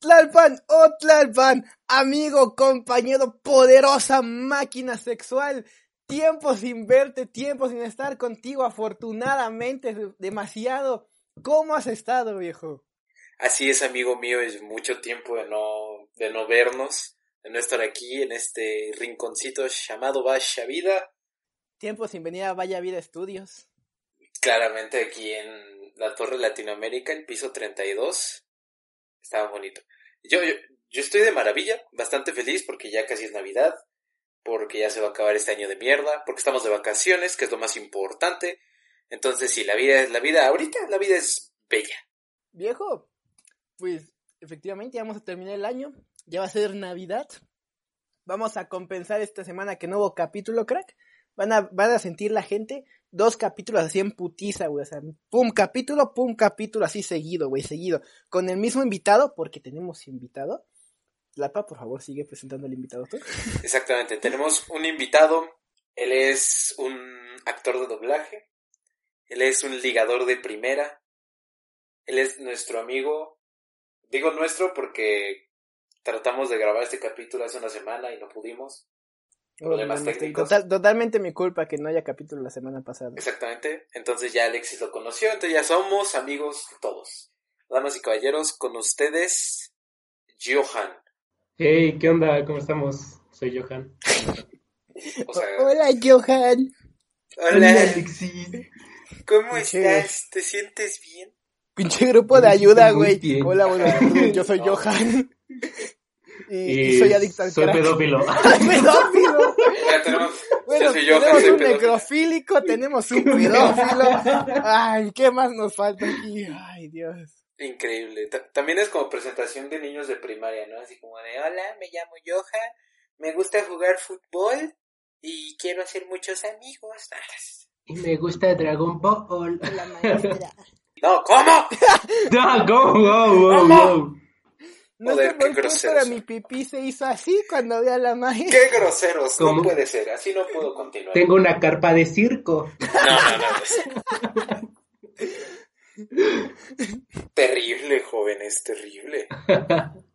Tlalpan, oh Tlalpan, amigo, compañero, poderosa máquina sexual. Tiempo sin verte, tiempo sin estar contigo, afortunadamente, demasiado. ¿Cómo has estado, viejo? Así es, amigo mío, es mucho tiempo de no, de no vernos, de no estar aquí en este rinconcito llamado Vaya Vida. Tiempo sin venir a Vaya Vida Estudios. Claramente aquí en la Torre Latinoamérica, el piso 32. Estaba bonito. Yo, yo, yo estoy de maravilla, bastante feliz porque ya casi es Navidad, porque ya se va a acabar este año de mierda, porque estamos de vacaciones, que es lo más importante. Entonces, sí, la vida es la vida ahorita, la vida es bella. Viejo, pues efectivamente ya vamos a terminar el año, ya va a ser Navidad. Vamos a compensar esta semana que no hubo capítulo, crack. Van a, van a sentir la gente dos capítulos así en putiza, güey. O sea, pum capítulo, pum capítulo, así seguido, güey, seguido. Con el mismo invitado, porque tenemos invitado. Lapa, por favor, sigue presentando al invitado tú. Exactamente, tenemos un invitado. Él es un actor de doblaje. Él es un ligador de primera. Él es nuestro amigo. Digo nuestro porque tratamos de grabar este capítulo hace una semana y no pudimos. Problemas Totalmente, técnicos. total- totalmente mi culpa que no haya capítulo la semana pasada. Exactamente. Entonces ya Alexis lo conoció, entonces ya somos amigos todos. Damas y caballeros, con ustedes, Johan. Hey, ¿qué onda? ¿Cómo estamos? Soy Johan. O sea, Hola, Johan. Alexis. ¿cómo Sí. estás? ¿Te sientes bien? Pinche grupo de Me hiciste ayuda, muy güey. bien. Hola, buenas tardes, Yo soy Johan. Y, y soy adicto al Eh, Soy crack. pedófilo. pedófilo. Ya tenemos, Bueno, yo soy Johan, tenemos soy un pedófilo. necrofílico, tenemos un pedófilo. Ay, ¿qué más nos falta aquí? Ay, Dios. Increíble. Ta- también es como presentación de niños de primaria, ¿no? Así como de, hola, me llamo Johan, me gusta jugar fútbol y quiero hacer muchos amigos. Y me gusta Dragon Ball. la maestra. No, ¿cómo? Dragon wow, wow, wow. No Joder, sé qué por qué, groseros pero son. mi pipí se hizo así cuando vi a la maestra. Qué groseros, no ¿Cómo? puede ser, así no puedo continuar. Tengo una carpa de circo. No, no, no. pues. terrible, jóvenes, terrible.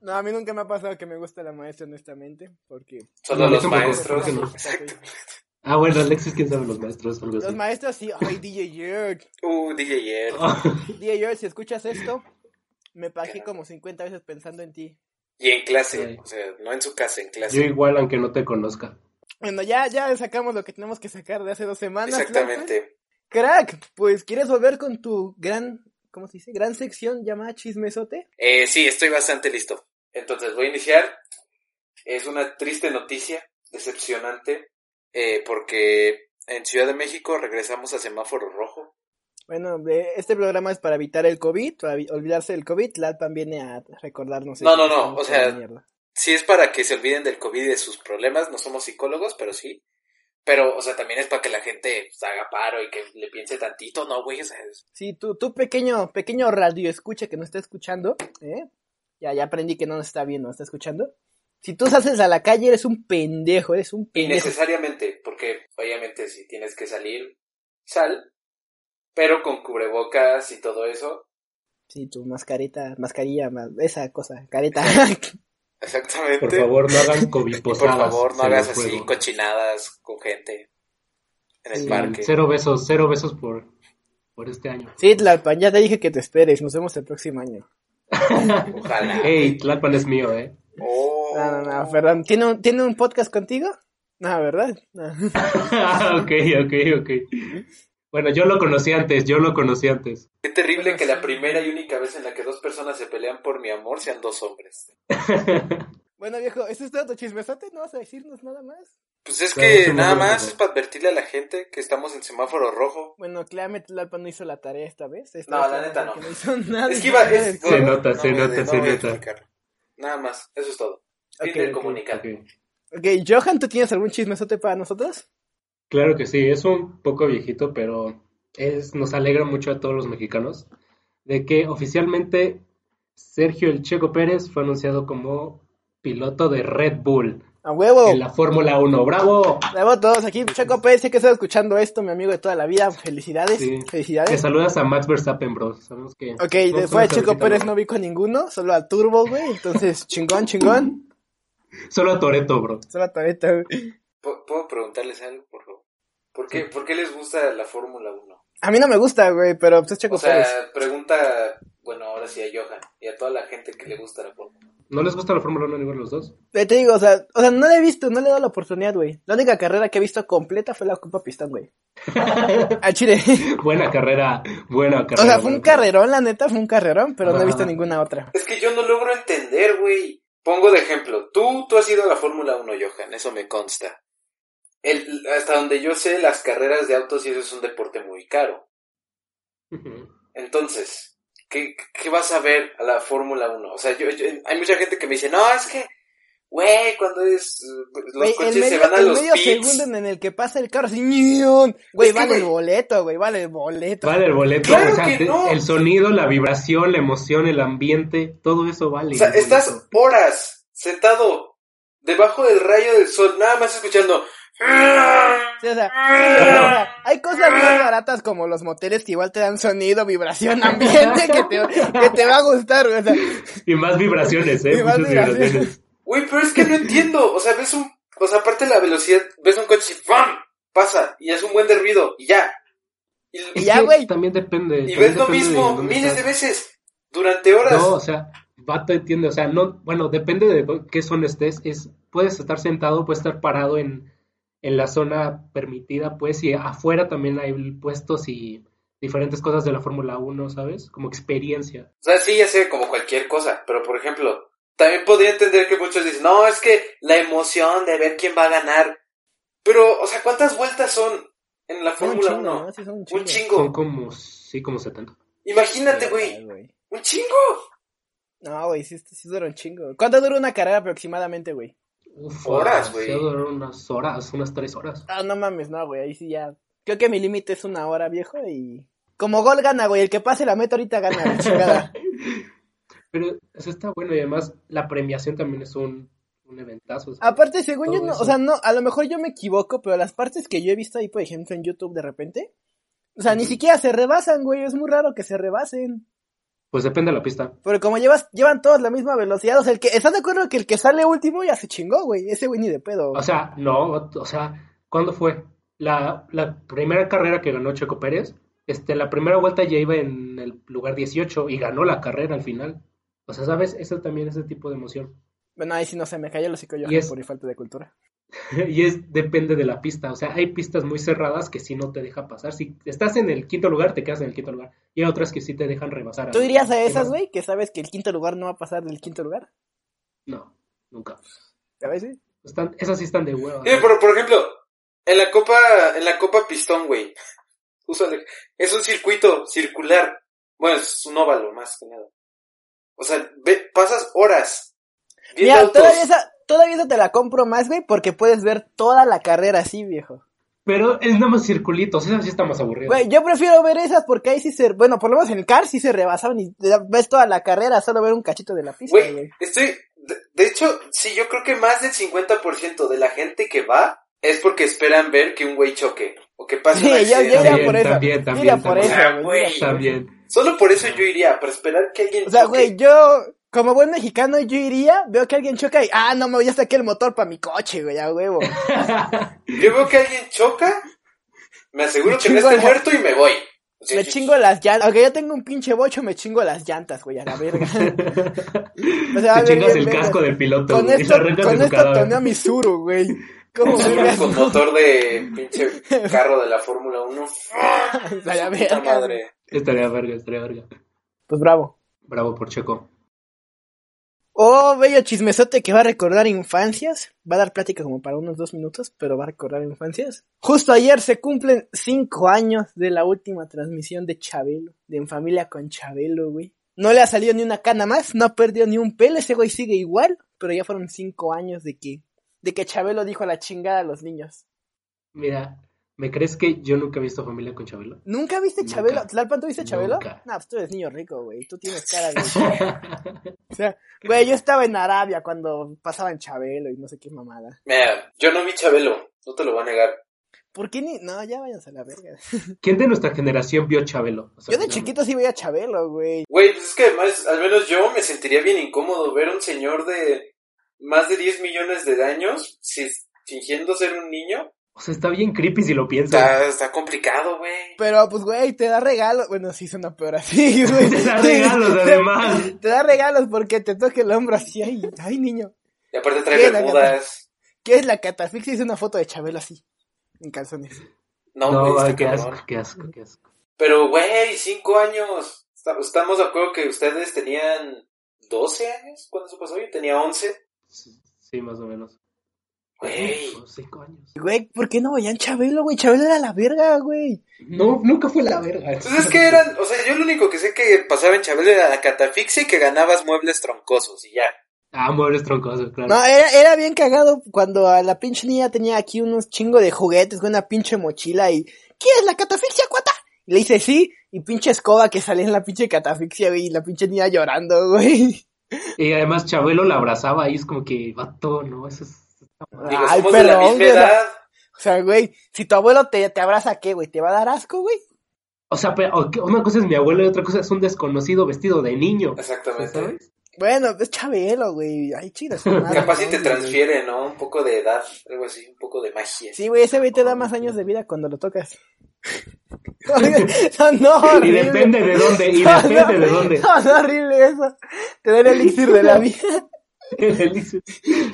No, a mí nunca me ha pasado que me gusta la maestra, honestamente, porque Solo No, a mí los tampoco, maestros. creo que no. Exacto. Ah, bueno, Alexis, quién sabe los maestros o algo los así. maestros sí, ay, DJ Jerk, Uh, DJ Yer. Ah. DJ Jerk, si escuchas esto, me pagué como 50 veces pensando en ti. Y en clase, Sí. o sea, no en su casa, en Yo clase. igual, aunque no te conozca. Bueno, ya, ya sacamos lo que tenemos que sacar de hace dos semanas. Lapa. Exactamente. Crack, pues quieres volver con tu gran, ¿cómo se dice? Gran sección llamada chismesote. Eh, sí, estoy bastante listo. Entonces voy a iniciar. Es una triste noticia, decepcionante, eh, porque en Ciudad de México regresamos a semáforo rojo. Bueno, de- este programa es para evitar el COVID, para vi- olvidarse del COVID. Lalpan viene a recordarnos. No, eso, no, que no, estamos o sea, en la mierda. Sí es para que se olviden del COVID y de sus problemas, no somos psicólogos, pero sí. Pero, o sea, también es para que la gente pues, haga paro y que le piense tantito, ¿no, güey? O sea, es- Sí, tú, tú pequeño, pequeño radio escucha que no está escuchando, ¿eh? Ya, ya aprendí que no nos está viendo, nos está escuchando. Si tú haces a la calle, eres un pendejo, eres un pendejo. innecesariamente, porque obviamente si tienes que salir, sal, pero con cubrebocas y todo eso. Sí, tu mascarita, mascarilla, ma- esa cosa, careta. Exactamente. Por favor, no hagan COVID Por posadas. favor, no se hagas los así ruego. cochinadas con gente en el Sí. parque. Eh, Cero besos, cero besos por, por este año. sí, Tlalpan, ya te dije que te esperes, nos vemos el próximo año. Ojalá. Hey, Tlalpan es mío, ¿eh? Oh. No, no, no, perdón. ¿Tiene un, ¿tiene un podcast contigo? No, ¿verdad? Ah. No. Ah, ok, ok, ok. Bueno, yo lo conocí antes, yo lo conocí antes. Qué terrible que la primera y única vez en la que dos personas se pelean por mi amor sean dos hombres. Bueno, viejo, ¿eso es todo tu chismesote? ¿No vas a decirnos nada más? Pues es Claro, que eso no nada lo más digo. es para advertirle a la gente que estamos en semáforo rojo. Bueno, claramente Tlalpan no hizo la tarea esta vez. Esta No, vez la neta no. que hizo nada. Es que iba... es- Se nota, se voy a- nota, se voy a nota. explicarlo. Nada más, eso es todo. Fin Ok, del ok, comunicado. Ok. Ok, Johan, ¿tú tienes algún chismesote para nosotros? Claro que sí, es un poco viejito, pero es, nos alegra mucho a todos los mexicanos de que oficialmente Sergio El Checo Pérez fue anunciado como piloto de Red Bull. ¡A huevo! en la Fórmula 1. ¡Bravo! Bravo a todos aquí. Checo Pérez, sé que estás escuchando esto, mi amigo de toda la vida. Felicidades, Sí. Te felicidades. saludas a Max Verstappen, bro. Sabemos que. Ok, no solo después de Checo felicitamos, Pérez no vi con ninguno, solo a Turbo, güey. Entonces, chingón, chingón. Solo a Toreto, bro. Solo a Toretto, güey. ¿Pu- ¿Puedo preguntarles algo, por favor? ¿Por qué, por qué les gusta la Fórmula 1? A mí no me gusta, güey, pero pues es Checo O sea, Pérez. pregunta, bueno, ahora sí a Johan y a toda la gente que le gusta la Fórmula 1. ¿No les gusta la Fórmula 1 a ninguno de los dos? Eh, Te digo, o sea, o sea, no la he visto, no le he dado la oportunidad, güey. La única carrera que he visto completa fue la Copa Pistón, güey. A Chile. Buena carrera, buena O carrera. sea, fue buena un carrerón, la neta, fue un carrerón, pero no he visto Ajá. ninguna otra. Es que yo no logro entender, güey. Pongo de ejemplo, tú, tú has ido a la Fórmula 1, Johan, eso me consta. El- hasta donde yo sé, las carreras de autos y eso es un deporte muy caro. Ujú. Entonces, ¿qué, qué vas a ver a la Fórmula 1? O sea, yo, yo- hay mucha gente que me dice, no, es que, güey, cuando es, los Güey, coches el se medio, van a el los medio pits. segundo en el que pasa el carro así, ¡ñión! güey, Es que, vale el güey. boleto, güey, vale el boleto. Vale el boleto. Claro o sea, que te- no. El sonido, la vibración, la emoción, el ambiente, todo eso vale. O sea, el boleto. estás horas sentado debajo del rayo del sol, nada más escuchando. Sí, o sea, sí, o sea, hay cosas más baratas como los moteles que igual te dan sonido, vibración, ambiente que te, que te va a gustar, güey. o sea, Y más vibraciones, ¿eh? Y más Muchas vibraciones. vibraciones. Güey, pero es que no entiendo. O sea, ves un. O sea, aparte de la velocidad, ves un coche y ¡pam! Pasa y es un buen de ruido y ya. Y, Y Es ya, que güey. También y depende. también ves lo depende de mismo dónde miles de estás. veces durante horas. No, o sea, vato entiende, o sea, no, bueno, depende de qué zona estés, es, puedes estar sentado, puedes estar parado en, en la zona permitida, pues, y afuera también hay puestos y diferentes cosas de la Fórmula 1, ¿sabes? Como experiencia. O sea, sí, ya sé, como cualquier cosa, pero por ejemplo, también podría entender que muchos dicen, no, es que la emoción de ver quién va a ganar. Pero, o sea, ¿cuántas vueltas son en la Son un Fórmula chingo, 1? ¿no? Sí, son un Un chingo. Son chingo. como, sí, como 70. Imagínate, güey. Un chingo. No, güey, sí, sí dura un chingo. ¿Cuánto dura una carrera aproximadamente, güey? Uf, Horas, demasiado, güey. eran unas horas, unas tres horas. Ah, no mames, no, güey, ahí sí ya. Creo que mi límite es una hora, viejo, y... Como gol gana, güey, el que pase la meta ahorita gana, la chingada. Pero eso está bueno y además la premiación también es un, un eventazo. o sea, Aparte, según yo, todo no, eso. o sea, no, a lo mejor yo me equivoco, pero las partes que yo he visto ahí, por ejemplo, en YouTube de repente, o sea, ni siquiera se rebasan, güey, es muy raro que se rebasen. Pues depende de la pista. Pero como llevas, llevan todos la misma velocidad, o sea, el que, ¿estás de acuerdo que el que sale último ya se chingó, güey? Ese güey ni de pedo. O sea, no, o sea, ¿cuándo fue? La, la primera carrera que ganó Checo Pérez, este, la primera vuelta ya iba en el lugar 18 y ganó la carrera al final. O sea, ¿sabes? Eso también es ese tipo de emoción. Bueno, ahí sí no se me cayó el hocico yo Y es- por mi falta de cultura. Y es, depende de la pista. O sea, hay pistas muy cerradas que sí no te deja pasar. Si estás en el quinto lugar, te quedas en el quinto lugar. Y hay otras que sí te dejan rebasar. ¿Tú dirías a esas, ¿Qué güey, que sabes que el quinto lugar no va a pasar del quinto lugar? más? No, nunca. ¿A veces? Están, esas sí están de hueva. Sí, Eh, pero por ejemplo, en la Copa, en la Copa Pistón, güey. Úsale. Es un circuito circular. Bueno, es un óvalo más que nada. O sea, ve- pasas horas viendo Mira, autos. todavía esa, todavía esa te la compro más, güey, porque puedes ver toda la carrera así, viejo. Pero es nada más circulitos. Esa sí está más aburrida. Güey, yo prefiero ver esas porque ahí sí se, bueno, por lo menos en el car sí se rebasaban y te da- ves toda la carrera, solo ver un cachito de la pista, Güey, güey. estoy. De, de hecho, sí, yo creo que más del 50% de la gente que va es porque esperan ver que un güey choque o que pase Sí, un yo, yo accidente. iría También, por eso. también, yo también, iría por también. eso, Ah, güey. yo iría por eso. También. Solo por eso yo iría, para esperar que alguien O sea, choque. güey, yo, como buen mexicano, yo iría, veo que alguien choca y, ah, no, me ya saqué el motor para mi coche, güey, a huevo. Yo veo que alguien choca, me aseguro Me que no chingo esté la- muerto y me voy. O sea, Me yo- chingo las llantas. Aunque yo tengo un pinche bocho, me chingo las llantas, güey, a la verga. O sea, Te chingas bien, el bien, casco bien. del piloto Con güey, y esto, lo arrancas de con su esto cadáver. toneo mi suru, güey. ¿Cómo Seguro vergas, con no? motor de pinche carro de la Fórmula 1. O sea, Puta la verga. madre. Estaría verga, estaría verga. Pues bravo. Bravo por Checo. Oh, bello chismesote que va a recordar infancias. Va a dar plática como para unos dos minutos, pero va a recordar infancias. Justo ayer se cumplen cinco años de la última transmisión de Chabelo, de En Familia con Chabelo, güey. No le ha salido ni una cana más, no ha perdido ni un pelo, ese güey sigue igual, pero ya fueron cinco años de que, de que Chabelo dijo a la chingada a los niños. Mira, ¿Me crees que yo nunca he visto familia con Chabelo? ¿Nunca viste Nunca. Chabelo? ¿Tlalpan tú viste Chabelo? Nunca. No, pues tú eres niño rico, güey. Tú tienes cara de... o sea, güey, yo estaba en Arabia cuando pasaban Chabelo y no sé qué mamada. Mira, yo no vi Chabelo, no te lo voy a negar. ¿Por qué ni...? No, ya váyanse a la verga. ¿Quién de nuestra generación vio Chabelo? O sea, Yo de no, chiquito sí veía Chabelo, güey. Güey, pues es que además, al menos yo me sentiría bien incómodo ver a un señor de más de 10 millones de años si- fingiendo ser un niño. O sea, está bien creepy si lo piensas. Está, está complicado, güey. Pero, pues, güey, te da regalos. Bueno, sí suena peor así, güey. Te da regalos, Te- además. Te da regalos porque te toca el hombro así. Ay, ay, niño. Y aparte ¿Qué? trae La bermudas. ¿Qué es la catafixia? Es una foto de Chabelo así, en calzones. No, no, güey, está qué cabrón. asco, qué asco, qué asco. Pero, güey, 5 años. Está- Estamos de acuerdo que ustedes tenían 12 años cuando eso pasó. Yo tenía 11. Sí, sí, más o menos. Güey. Por cinco años. Güey, ¿por qué no veían Chabelo, güey? Chabelo era la verga, güey. No, nunca fue la verga. Entonces Pues es que eran, o sea, yo lo único que sé que pasaba en Chabelo era la catafixia y que ganabas muebles troncosos y ya. Ah, muebles troncosos, claro. No, era, era bien cagado cuando a la pinche niña tenía aquí unos chingo de juguetes con una pinche mochila y... ¿Quieres la catafixia, cuata? Y le dice sí, y pinche escoba que salía en la pinche catafixia, güey, y la pinche niña llorando, güey. Y además Chabelo la abrazaba y es como que, vato, no, eso es... Digo, Ay, somos de la misma perdón, güey, o sea- edad. O sea, güey, si tu abuelo te, te abraza, ¿qué, güey? ¿Te va a dar asco, güey? O sea, pero, ok, una cosa es mi abuelo y otra cosa es un desconocido vestido de niño. Exactamente. ¿Sabes? Bueno, es Chabelo, güey. Ay, chido. su madre, Capaz si ¿no, te güey? transfiere, ¿no? Un poco de edad, algo así, un poco de magia. Sí, güey, ese güey te da más años de vida cuando lo tocas. no, no, Y horrible. depende de dónde, y No, depende no, de dónde. No, no, horrible eso. Te da el elixir de la vida.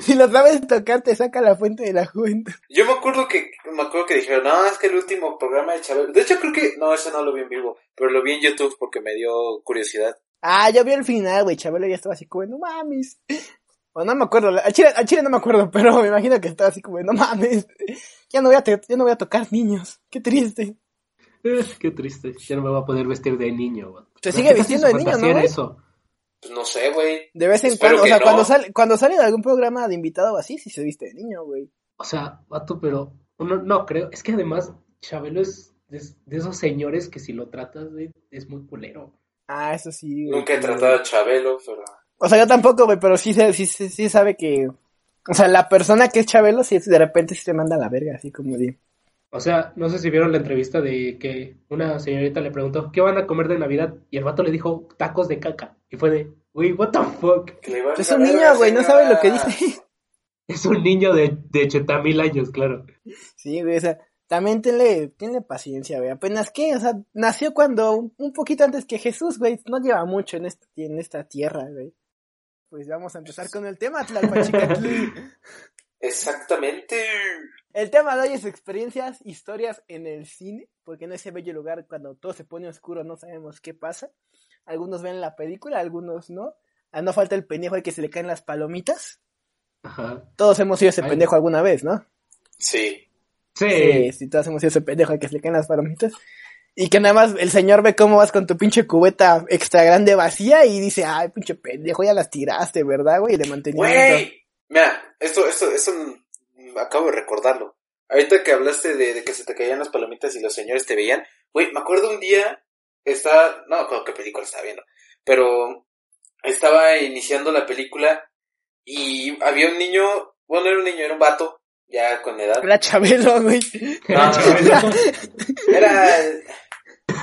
Si lo sabes tocar, te saca la fuente de la juventud. Yo me acuerdo que me acuerdo que dijeron, no, es que el último programa de Chabelo. De hecho, creo que, no, eso no lo vi en vivo, pero lo vi en YouTube porque me dio curiosidad. Ah, yo vi el final, güey. Chabelo ya estaba así como, no mames. O no me acuerdo, al chile, al chile no me acuerdo, pero me imagino que estaba así como, no mames. Ya no voy a, te- ya no voy a tocar niños. Qué triste. "Eh, Qué triste, ya no me va a poder vestir de niño. güey. Te Pero sigue ¿qué tal vistiendo de si su niño, fantasía ¿no, era güey? eso? Pues no sé, güey. De vez en Espero cuando, o que sea, no. cuando, sale, cuando sale de algún programa de invitado o así, si se viste de niño, güey. O sea, vato, pero no, no creo. Es que además Chabelo es de, de esos señores que si lo tratas güey, es muy culero. Ah, eso sí, güey. Nunca he tratado a Chabelo, pero... O sea, yo tampoco, güey, pero sí, se- sí, sí, sí sabe que... O sea, la persona que es Chabelo, sí, de repente sí te manda a la verga, así como de... O sea, no sé si vieron la entrevista de que una señorita le preguntó, ¿qué van a comer de Navidad? Y el vato le dijo, tacos de caca. Y fue de, güey, what the fuck. que le iba a Es avisar, Pues un "Verga, niño, güey, no señora". sabe lo que dice. Es un niño de, de 80 mil años, claro. sí, güey, o sea, también tenle, tenle paciencia, güey. Apenas que, o sea, nació cuando... Un, un poquito antes que Jesús, güey. No lleva mucho en, este, en esta tierra, güey. Pues vamos a empezar con el tema, Tlalpachicatl. Exactamente. El tema de hoy es experiencias, historias en el cine, porque en ese bello lugar cuando todo se pone oscuro no sabemos qué pasa. Algunos ven la película, algunos no. Ah, no falta el pendejo al que se le caen las palomitas. Ajá. Todos hemos sido ese Ay. pendejo alguna vez, ¿no? Sí. Sí. Sí, sí, todos hemos sido ese pendejo al que se le caen las palomitas. Y que nada más el señor ve cómo vas con tu pinche cubeta extra grande vacía y dice, ay, pinche pendejo, ya las tiraste, ¿verdad, güey? De mantenimiento. Güey. Mira, esto, esto, esto mm, acabo de recordarlo. Ahorita que hablaste de, de que se te caían las palomitas y los señores te veían. Güey, me acuerdo un día, estaba, no me acuerdo qué película estaba viendo, pero estaba iniciando la película y había un niño, bueno, era un niño, era un vato, ya con edad. Era Chabelo, güey. No, Chabelo. Era.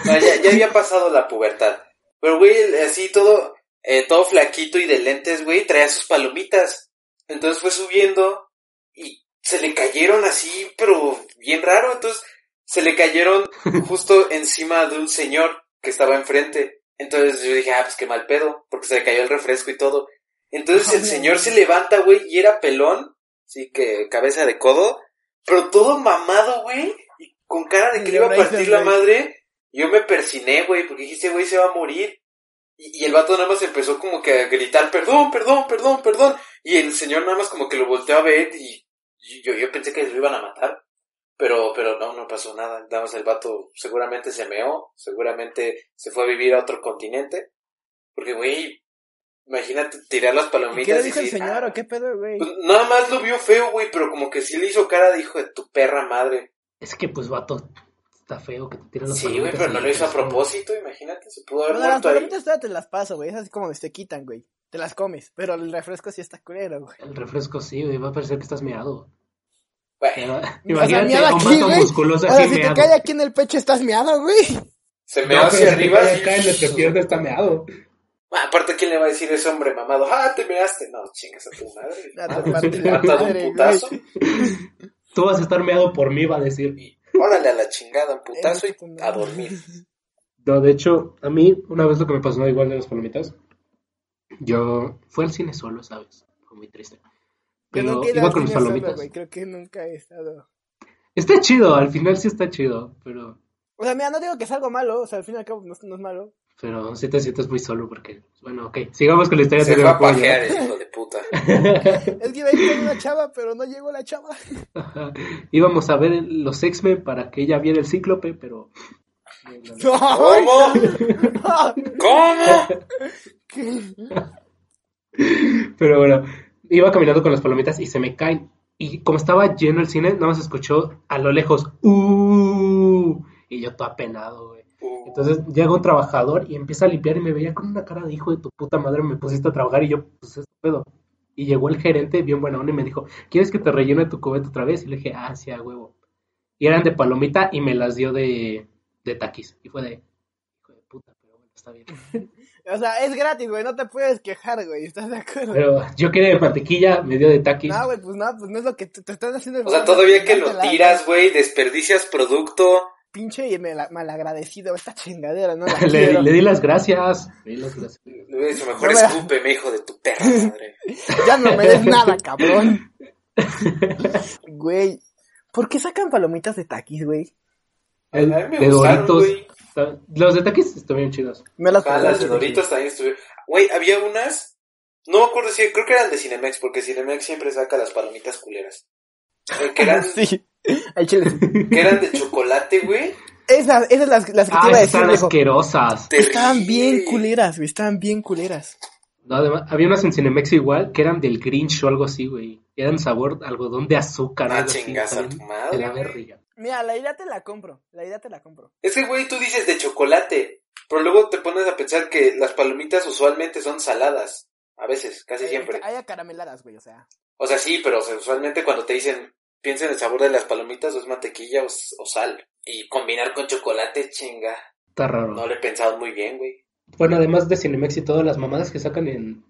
no, ya, ya había pasado la pubertad. Pero, güey, así todo, eh, todo flaquito y de lentes, güey, traía sus palomitas. Entonces fue subiendo y se le cayeron así, pero bien raro. Entonces se le cayeron justo encima de un señor que estaba enfrente. Entonces yo dije, ah, pues qué mal pedo, porque se le cayó el refresco y todo. Entonces el señor se levanta, güey, y era pelón, así que cabeza de codo, pero todo mamado, güey, y con cara de que le iba a Lloraitas, partir la güey. madre. Yo me persiné, güey, porque dije, este güey se va a morir. Y, y el vato nada más empezó como que a gritar, perdón, perdón, perdón, perdón. Y el señor nada más como que lo volteó a ver y, y yo, yo pensé que lo iban a matar. Pero, pero no, no pasó nada. Nada más el vato seguramente se meó, seguramente se fue a vivir a otro continente. Porque, güey, imagínate tirar las ¿Y ¿Qué palomitas le y dijo el decir, señor "Ah". o qué pedo, güey? Pues nada más lo vio feo, güey, pero como que sí le hizo cara de hijo de tu perra madre. Es que, pues, vato, está feo que te tiren los Sí, güey, pero no lo hizo a propósito, imagínate, se pudo haber Bueno, las muerto ahí. palomitas todavía te las paso, güey. Esas como que se quitan, güey. Te las comes, pero el refresco sí está culero, güey. El refresco sí, güey, va a parecer que estás meado. Bueno, Imagínate meado a un aquí, vato güey. musculoso Ahora, así si te meado. cae aquí en el pecho, estás meado, güey. se me No, va pero si hacia arriba. cae así. acá en nuestra pierna está meado. Ah, aparte, ¿quién le va a decir ese hombre mamado? Ah, te measte. No, chingas a tu madre. Ya te partí la Matado un madre, putazo. güey. Tú vas a estar meado por mí, va a decir. Y órale a la chingada, un putazo y Eso, tu a madre. dormir. No, de hecho, a mí, una vez lo que me pasó igual de las palomitas, yo fui al cine solo, ¿sabes? Fue muy triste. Yo Pero nunca he ido iba al con mis cine solo, palomitas. güey. Creo que nunca he estado. Está chido, al final sí está chido, pero, O sea, mira, no digo que es algo malo. O sea, al fin y al cabo no, es- no es malo. pero sí te sientes muy solo porque, bueno, ok, sigamos con la historia Se de fue a pajear el hijo de puta. Es que iba a ir con una chava, pero no llegó la chava. Íbamos a ver los X-Men para que ella viera el cíclope, pero... ¿Cómo? ¿Cómo? Pero bueno, iba caminando con las palomitas y se me caen. Y como estaba lleno el cine, nada más escuchó a lo lejos, ¡Uh! Y yo todo apenado, güey. Uh, Entonces llega un trabajador y empieza a limpiar y me veía con una cara de hijo de tu puta madre, me pusiste a trabajar y yo, pues es pedo. Y llegó el gerente bien buena onda y me dijo, ¿quieres que te rellene tu cubeta otra vez? Y le dije, ah, sí, a huevo. Y eran de palomita y me las dio de, de taquis. Y fue de, hijo de puta, pero bueno, está bien. O sea, es gratis, güey. No te puedes quejar, güey. ¿Estás de acuerdo? Pero yo quería de mantequilla, me dio de taquis. No, güey, pues no, pues no es lo que te, te están haciendo. el O sea, favor de todavía que lo chingártela, tiras, güey, desperdicias producto. Pinche y me la- malagradecido, esta chingadera, ¿no? La le, quiero. le di las gracias. Le di las gracias. Le hubiera dicho, mejor No me- escúpeme, hijo de tu perra madre. Ya no me des nada, cabrón. Güey, ¿por qué sacan palomitas de taquis, güey? A mí me de gustaron, Doritos. güey. Está- Los de taquis estuvieron chidos. Me las Ah, las de comí. Doritos también estuvieron. Güey, había unas. No me acuerdo si. Creo que eran de Cinemex, porque Cinemex siempre saca las palomitas culeras. Güey, Que eran, Sí, al chile. que eran de chocolate, güey. Esas, esas las, las que te Ah, iba a esas decir, están viejo. asquerosas. Terrible. Estaban bien culeras, güey, estaban bien culeras. No, además, había unas en Cinemex igual que eran del Grinch o algo así, güey. Eran sabor algodón de azúcar. Ah, algo así, chingas a también tu madre, sería güey. berrilla. Mira, la idea te la compro, la idea te la compro. Es que, güey, tú dices de chocolate. Pero luego te pones a pensar que las palomitas usualmente son saladas. A veces, casi Hay- siempre. Hay acarameladas, güey, o sea. O sea, sí, pero o sea, usualmente cuando te dicen, piensa en el sabor de las palomitas, o es mantequilla o, s- o sal. Y combinar con chocolate, chinga. Está raro. No lo he pensado muy bien, güey. Bueno, además de Cinemex y todas las mamadas que sacan en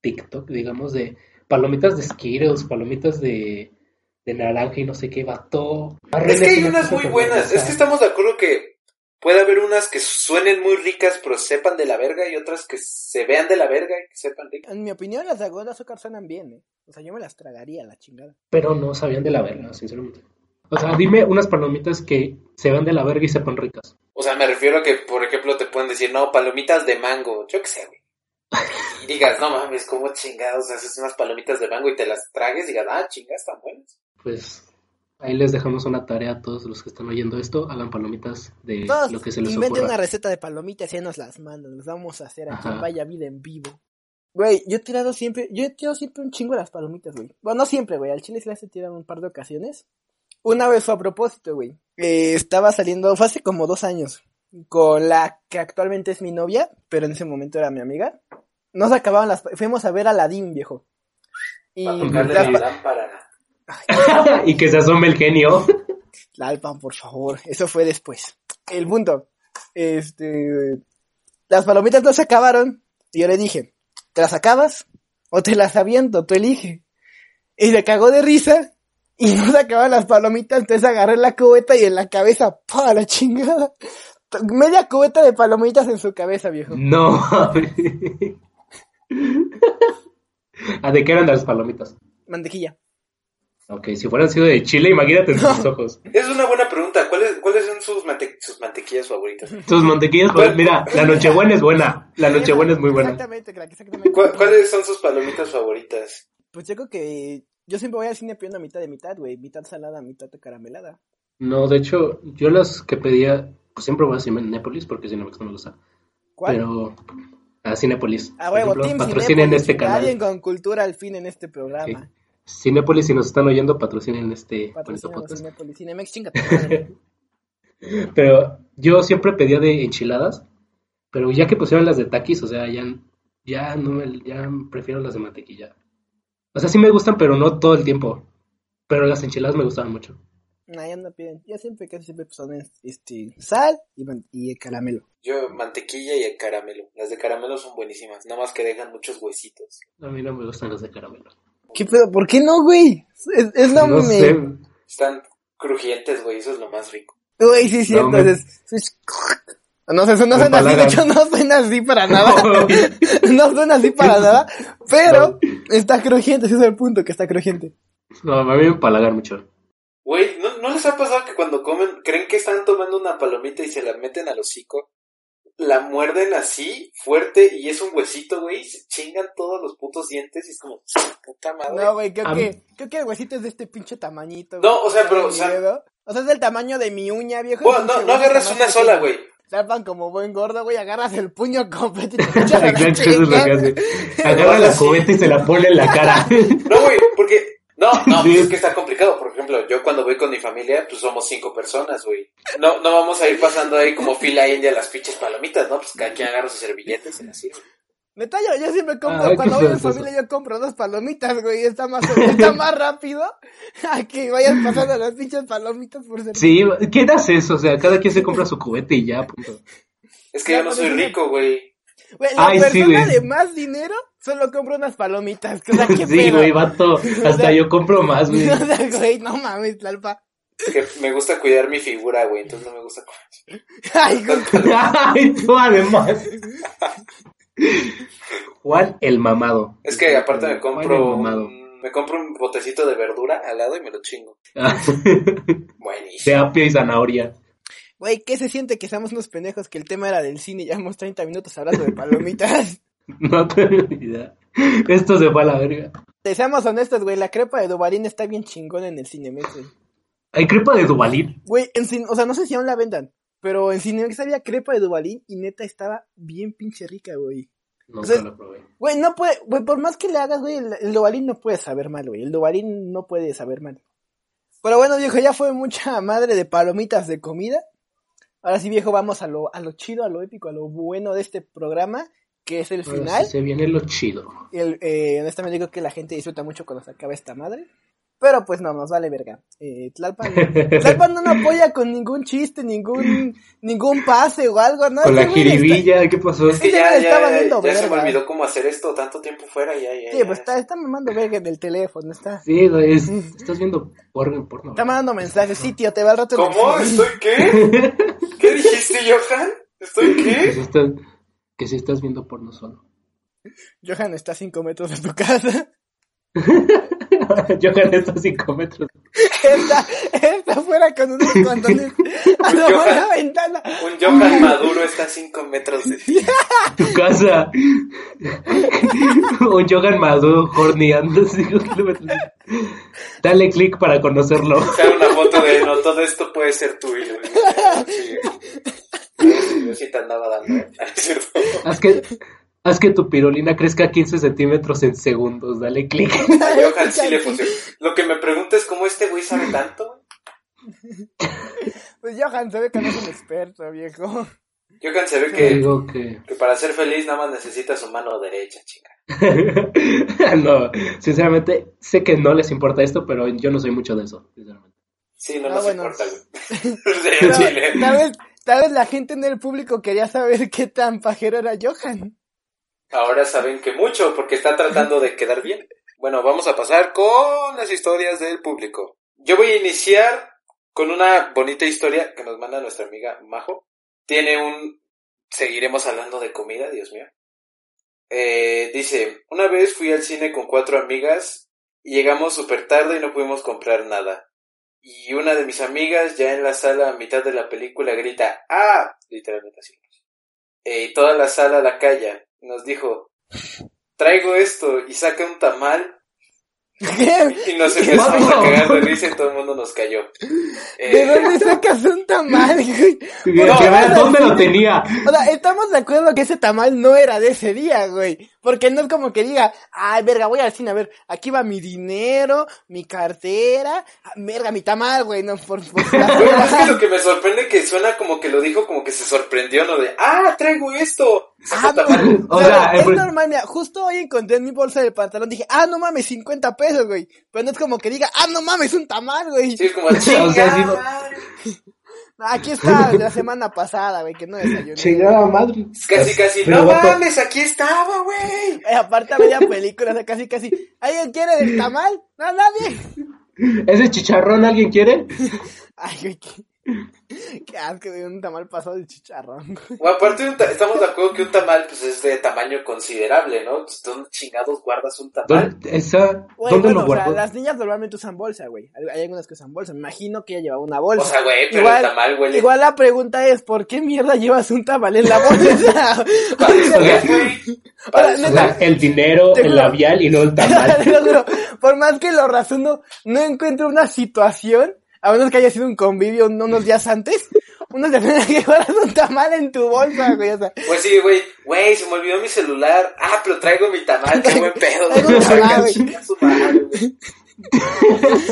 TikTok, digamos, de palomitas de Skittles, palomitas de, de naranja y no sé qué, vato. Es que Arréglate hay una unas cosa muy con buenas. esa. Es que estamos de acuerdo que puede haber unas que suenen muy ricas pero sepan de la verga y otras que se vean de la verga y que sepan ricas. En mi opinión, las de algodón de azúcar suenan bien, ¿eh? O sea, yo me las tragaría, la chingada. pero no sabían de la verga, sinceramente. O sea, dime unas palomitas que se van de la verga y sepan ricas. O sea, me refiero a que, por ejemplo, te pueden decir, no, palomitas de mango. Yo qué sé, güey. Y digas, no mames, ¿cómo chingados haces unas palomitas de mango y te las tragues? Y digas, ah, chingas, están buenas. Pues ahí les dejamos una tarea a todos los que están oyendo esto, hagan palomitas de Todos lo que se les inventen una ocurra. receta de palomitas y ahí nos las mandan. Las vamos a hacer aquí Ajá. en Vaya Vida en vivo. Güey, yo he tirado siempre, yo he tirado siempre un chingo de las palomitas, güey. Bueno, no siempre, güey. Al chile se las he tirado un par de ocasiones. Una vez fue a propósito, güey. Eh, estaba saliendo, fue hace como dos años, con la que actualmente es mi novia, pero en ese momento era mi amiga. Nos acababan las, fuimos a ver a Aladdin, viejo. Y Para tocarle tocarle las la pa- lámpara. y que se asome el genio. La Alpan, por favor. Eso fue después. El punto. Este. Las palomitas no se acabaron. Y yo le dije, ¿te las acabas? O te las aviento, tú elige. Y le cagó de risa. Y no se acababan las palomitas. Entonces agarré la cubeta y en la cabeza, ¡pa! La chingada. T- Media cubeta de palomitas en su cabeza, viejo. No. ¿A Ah, de qué eran las palomitas? Mantequilla. Ok, si fueran sido de Chile, imagínate en sus ojos. Es una buena pregunta. ¿Cuáles, cuáles son sus, mante- sus mantequillas favoritas? Tus mantequillas, pues, mira, la nochebuena es buena. La nochebuena Ah, es muy buena. Exactamente, crack, exactamente. ¿Cuá- ¿Cuáles son sus palomitas favoritas? Pues yo creo que yo siempre voy al cine pidiendo mitad de mitad, güey. Mitad salada, mitad caramelada. No, de hecho, yo las que pedía, pues siempre voy a Cinépolis porque Cinemex no me gusta. ¿Cuál? Pero a Cinépolis. A Por huevo, ejemplo, Team patrocinen Cinépolis, este canal. Alguien con cultura al fin en este programa. Cinépolis, si nos están oyendo, patrocinen este bonito Patrocina podcast. Cinepolis. Cinemex, chinga tu madre. Pero yo siempre pedía de enchiladas, pero ya que pusieron las de taquis, o sea, ya, ya no me, ya prefiero las de mantequilla. O sea, sí me gustan, pero no todo el tiempo. Pero las enchiladas me gustaban mucho. Nah, ya no piden. Ya siempre, casi siempre pues, son este, sal y, man- y caramelo. Yo, mantequilla y el caramelo. Las de caramelo son buenísimas, nada más que dejan muchos huesitos. A mí no me gustan las de caramelo. ¿Qué pedo? ¿Por qué no, güey? Es, es la No me- sé, Están crujientes, güey, eso es lo más rico. Güey, sí, es cierto. No, me- es- es- No sé, eso no Me suena así. De empalagan. hecho, no suena así para nada. no suena así para nada. Pero está crujiente, ese es el punto, que está crujiente. no, a mí me empalagan mucho. Güey, ¿no, ¿no les ha pasado que cuando comen, creen que están tomando una palomita y se la meten al hocico? La muerden así, fuerte, y es un huesito, güey, y se chingan todos los putos dientes y es como, puta madre. No, güey, creo A que, creo que el huesito es de este pinche tamañito. No, güey, o sea, pero, en el o sea- video. O sea, es del tamaño de mi uña, viejo. Bueno, pinche no, no huesito agarras más una pequeño. sola, güey. Tapan como buen gordo, güey, agarras el puño completo y te echas a la Exacto, eso es lo que chingada. hace. Agarra la cubeta y se la pone en la cara. No, güey, porque... No, no, Sí. pues es que está complicado. Por ejemplo, yo cuando voy con mi familia, pues somos cinco personas, güey. No, no vamos a ir pasando ahí como fila india las pinches palomitas, ¿no? Pues cada quien agarra su servilleta y se la sirve. Neta, yo, yo siempre compro, Ay, qué cuando voy en feo Ah, es familia yo compro dos palomitas, güey, está más, está más rápido a que vayas pasando las pinches palomitas por ser... Sí, ¿qué das eso? O sea, cada quien se compra su cubeta y ya, punto. Es que yo No, no pues soy es una- rico, güey. Güey, la Ay, sí, persona güey. de más dinero solo compra unas palomitas, o sea, qué Sí, pedo. güey, vato. Hasta yo compro más, güey. O sea, güey, no mames, Tlalpa. Es que me gusta cuidar mi figura, güey, entonces no me gusta comer. Ay, güey. Ay, tú además. Juan el mamado. Es que aparte me compro Juan el mamado. un, me compro un botecito de verdura al lado y me lo chingo. De Buenísimo. apio y zanahoria. Güey, ¿qué se siente que seamos unos pendejos que el tema era del cine y llevamos 30 minutos hablando de palomitas? No tengo ni idea. Esto se fue a la verga. Te seamos honestos, güey, la crepa de Dubarín está bien chingona en el cine, güey. Hay crepa de Dubalín. Güey, en cin- o sea, no sé si aún la vendan, pero en Cinemex había crepa de Dubalín y neta estaba bien pinche rica, güey. No, O sea, no la probé. Güey, no puede, güey, por más que le hagas, güey, el, el Dubalín no puede saber mal, güey. El Dubalín no puede saber mal. Pero bueno, viejo, ya fue mucha madre de palomitas de comida. Ahora sí, viejo, vamos a lo, a lo chido, a lo épico, a lo bueno de este programa, que es el Ahora sí final. se viene lo chido. El, eh, honestamente digo que la gente disfruta mucho cuando se acaba esta madre. Pero pues no, nos vale verga. Eh, Tlalpan, Tlalpan no nos apoya con ningún chiste, ningún ningún pase o algo, ¿no? Con la Ese güey Ah, está- jiribilla, ¿qué pasó? Es que Ese ya, güey ya, estaba ya, viendo se me verga. olvidó cómo hacer esto tanto tiempo fuera, ya, ya. Sí, ya. pues está, está mamando verga en el teléfono, está, Sí, güey, es- estás viendo porno, porno. está mandando mensajes. Sí, tío, te va al rato. en el ¿Cómo? cine. ¿Estoy qué? ¿Qué dijiste, Johan? ¿Estoy Que qué? si estás, que si estás viendo porno solo. Johan está a 5 metros de tu casa. Yo gané estos 5 metros. Está, está afuera con unos pantalones a la buena ventana. Un Johan maduro está a 5 metros de ti. Tu casa. Un Jogan Maduro horneando 5 kilómetros. Dale click para conocerlo. Sea una foto de no, todo esto puede ser tuyo. Sí. Yo sí te andaba dando. ¿eh? Es cierto. Haz que, haz que tu pirulina crezca 15 centímetros en segundos. Dale click. A Johan sí le funcionó. Lo que me pregunto es cómo este güey sabe tanto. Pues Johan se ve que no es un experto, viejo. Johan se ve que, Digo que. que para ser feliz nada más necesita su mano derecha, chica. no, sinceramente, sé que no les importa esto, pero yo no soy mucho de eso. Sinceramente. Sí, no Ah, nos bueno. importa, güey. Sí, Pero, chile. tal, vez, tal vez la gente en el público quería saber qué tan pajero era Johan. Ahora saben que mucho, porque está tratando de quedar bien. Bueno, vamos a pasar con las historias del público. Yo voy a iniciar con una bonita historia que nos manda nuestra amiga Majo. Tiene un... Seguiremos hablando de comida, Dios mío. Eh, dice, una vez fui al cine con cuatro amigas y llegamos súper tarde y no pudimos comprar nada. Y una de mis amigas ya en la sala a mitad de la película grita, ¡Ah! Literalmente así. Eh, y toda la sala la calla. Nos dijo, traigo esto y saca un tamal. ¿Qué? Y nos empezamos a Guau. cagar de risa y todo el mundo nos cayó. Eh, ¿De dónde sacas un tamal, güey? Que veas no, ¿Dónde no, lo tenía? O sea, estamos de acuerdo que ese tamal no era de ese día, güey. Porque no es como que diga, ay, verga, voy al cine, a ver, aquí va mi dinero, mi cartera, ah, verga, mi tamal, güey, no, por, por Bueno, es que lo que me sorprende que suena como que lo dijo como que se sorprendió, ¿no? De, ah, traigo esto. Ah, Puta no, madre. O o sea, sea, eh, es pues- normal, mira, justo hoy encontré en mi bolsa del pantalón, dije, ah, no mames, 50 pesos, güey. Pero no es como que diga, ah, no mames, un tamal, güey. Sí, es como, sea, "Chinga sí, no- madre". Aquí está de la semana pasada, güey, que no desayuné. Chingada madre. Casi, casi, Pero no vato, mames, aquí estaba, güey. Eh, aparte veía películas, casi, casi. ¿Alguien quiere del tamal? No, nadie. ¿Ese chicharrón alguien quiere? Ay, güey, qué, qué asco, güey, un tamal pasado de chicharrón. güey. O aparte, un ta- estamos de acuerdo que un tamal pues es de tamaño considerable, ¿no? Pues, ¿Dónde chingados guardas un tamal? ¿Dónde, esa, Güey, ¿dónde bueno, lo o sea, guardó? las niñas normalmente usan bolsa, güey. Hay- Hay algunas que usan bolsa. Me imagino que ella llevaba una O bolsa. sea, güey, pero Igual- el tamal huele. Igual la pregunta es, ¿por qué mierda llevas un tamal en la bolsa? Para eso, O sea, güey. ahora, Para O eso, neta, sea, el dinero, Te el juro. labial y no el Te tamal. lo juro, por más que lo razono, no encuentro una situación, a menos que haya sido un convivio un- unos días antes, uno se tiene que llevar un tamal en tu bolsa, güey, o sea, Pues sí, güey. Güey, se me olvidó mi celular. Ah, pero traigo mi tamal. Qué buen pedo. Traigo güey. un tamal, güey. Chinga su madre, güey.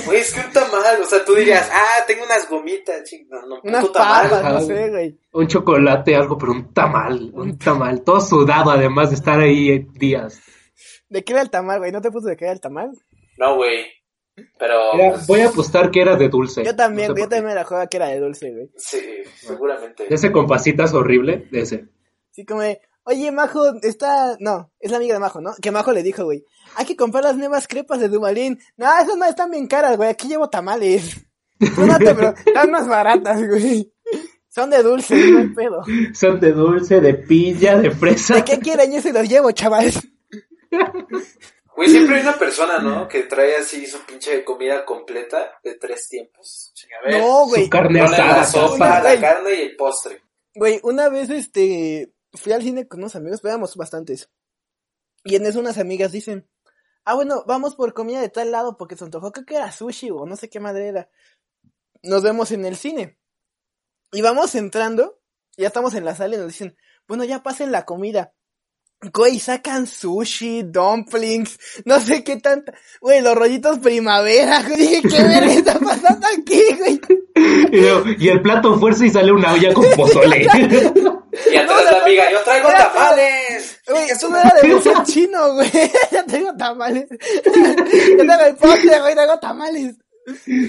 Güey, es que un tamal. O sea, tú dirías, ah, tengo unas gomitas. ching- No, no, unas puto tamal. papas, ajá, no sé, güey. Un chocolate, algo, pero un tamal. Un tamal. Todo sudado, además de estar ahí días. ¿De qué era el tamal, güey? ¿No te puso de qué era el tamal? No, güey. Pero. Era- pues, voy a apostar que era de dulce. Yo también, No sé güey, yo por qué. también me la jugaba que era de dulce, güey. Sí, seguramente. Ese con pasitas horrible, de ese. Así como de, oye, Majo, está... No, es la amiga de Majo, ¿no? Que Majo le dijo, güey, hay que comprar las nuevas crepas de Dumalín. No, esas no están bien caras, güey, aquí llevo tamales. Tú no te pero están más baratas, güey. Son de dulce, no hay pedo. Son de dulce, de pilla, de fresa. ¿De qué quieren? Yo se los llevo, chavales. Güey, siempre hay una persona, ¿no? Que trae así su pinche comida completa de tres tiempos. Chinga, a ver. No, Su güey. carne ponle asada, la sopa, sopa. güey. la carne y el postre. Güey, una vez, este, fui al cine con unos amigos, veamos bastantes. Y en eso unas amigas dicen, ah, bueno, vamos por comida de tal lado porque se antojó, creo que era sushi o no sé qué madre era. Nos vemos en el cine. Y vamos entrando, ya estamos en la sala y nos dicen, bueno, ya pasen la comida. Güey, sacan sushi, dumplings, no sé qué tanta. Güey, los rollitos primavera. güey, Dije, ¿qué verga está pasando aquí, güey? Y, luego- y el plato fuerza y sale una olla con pozole. Y atrás la amiga, yo traigo Era- tamales. Güey, eso no era de dulce chino, güey. ya tengo tamales. ya tengo el postre, güey, tengo tamales.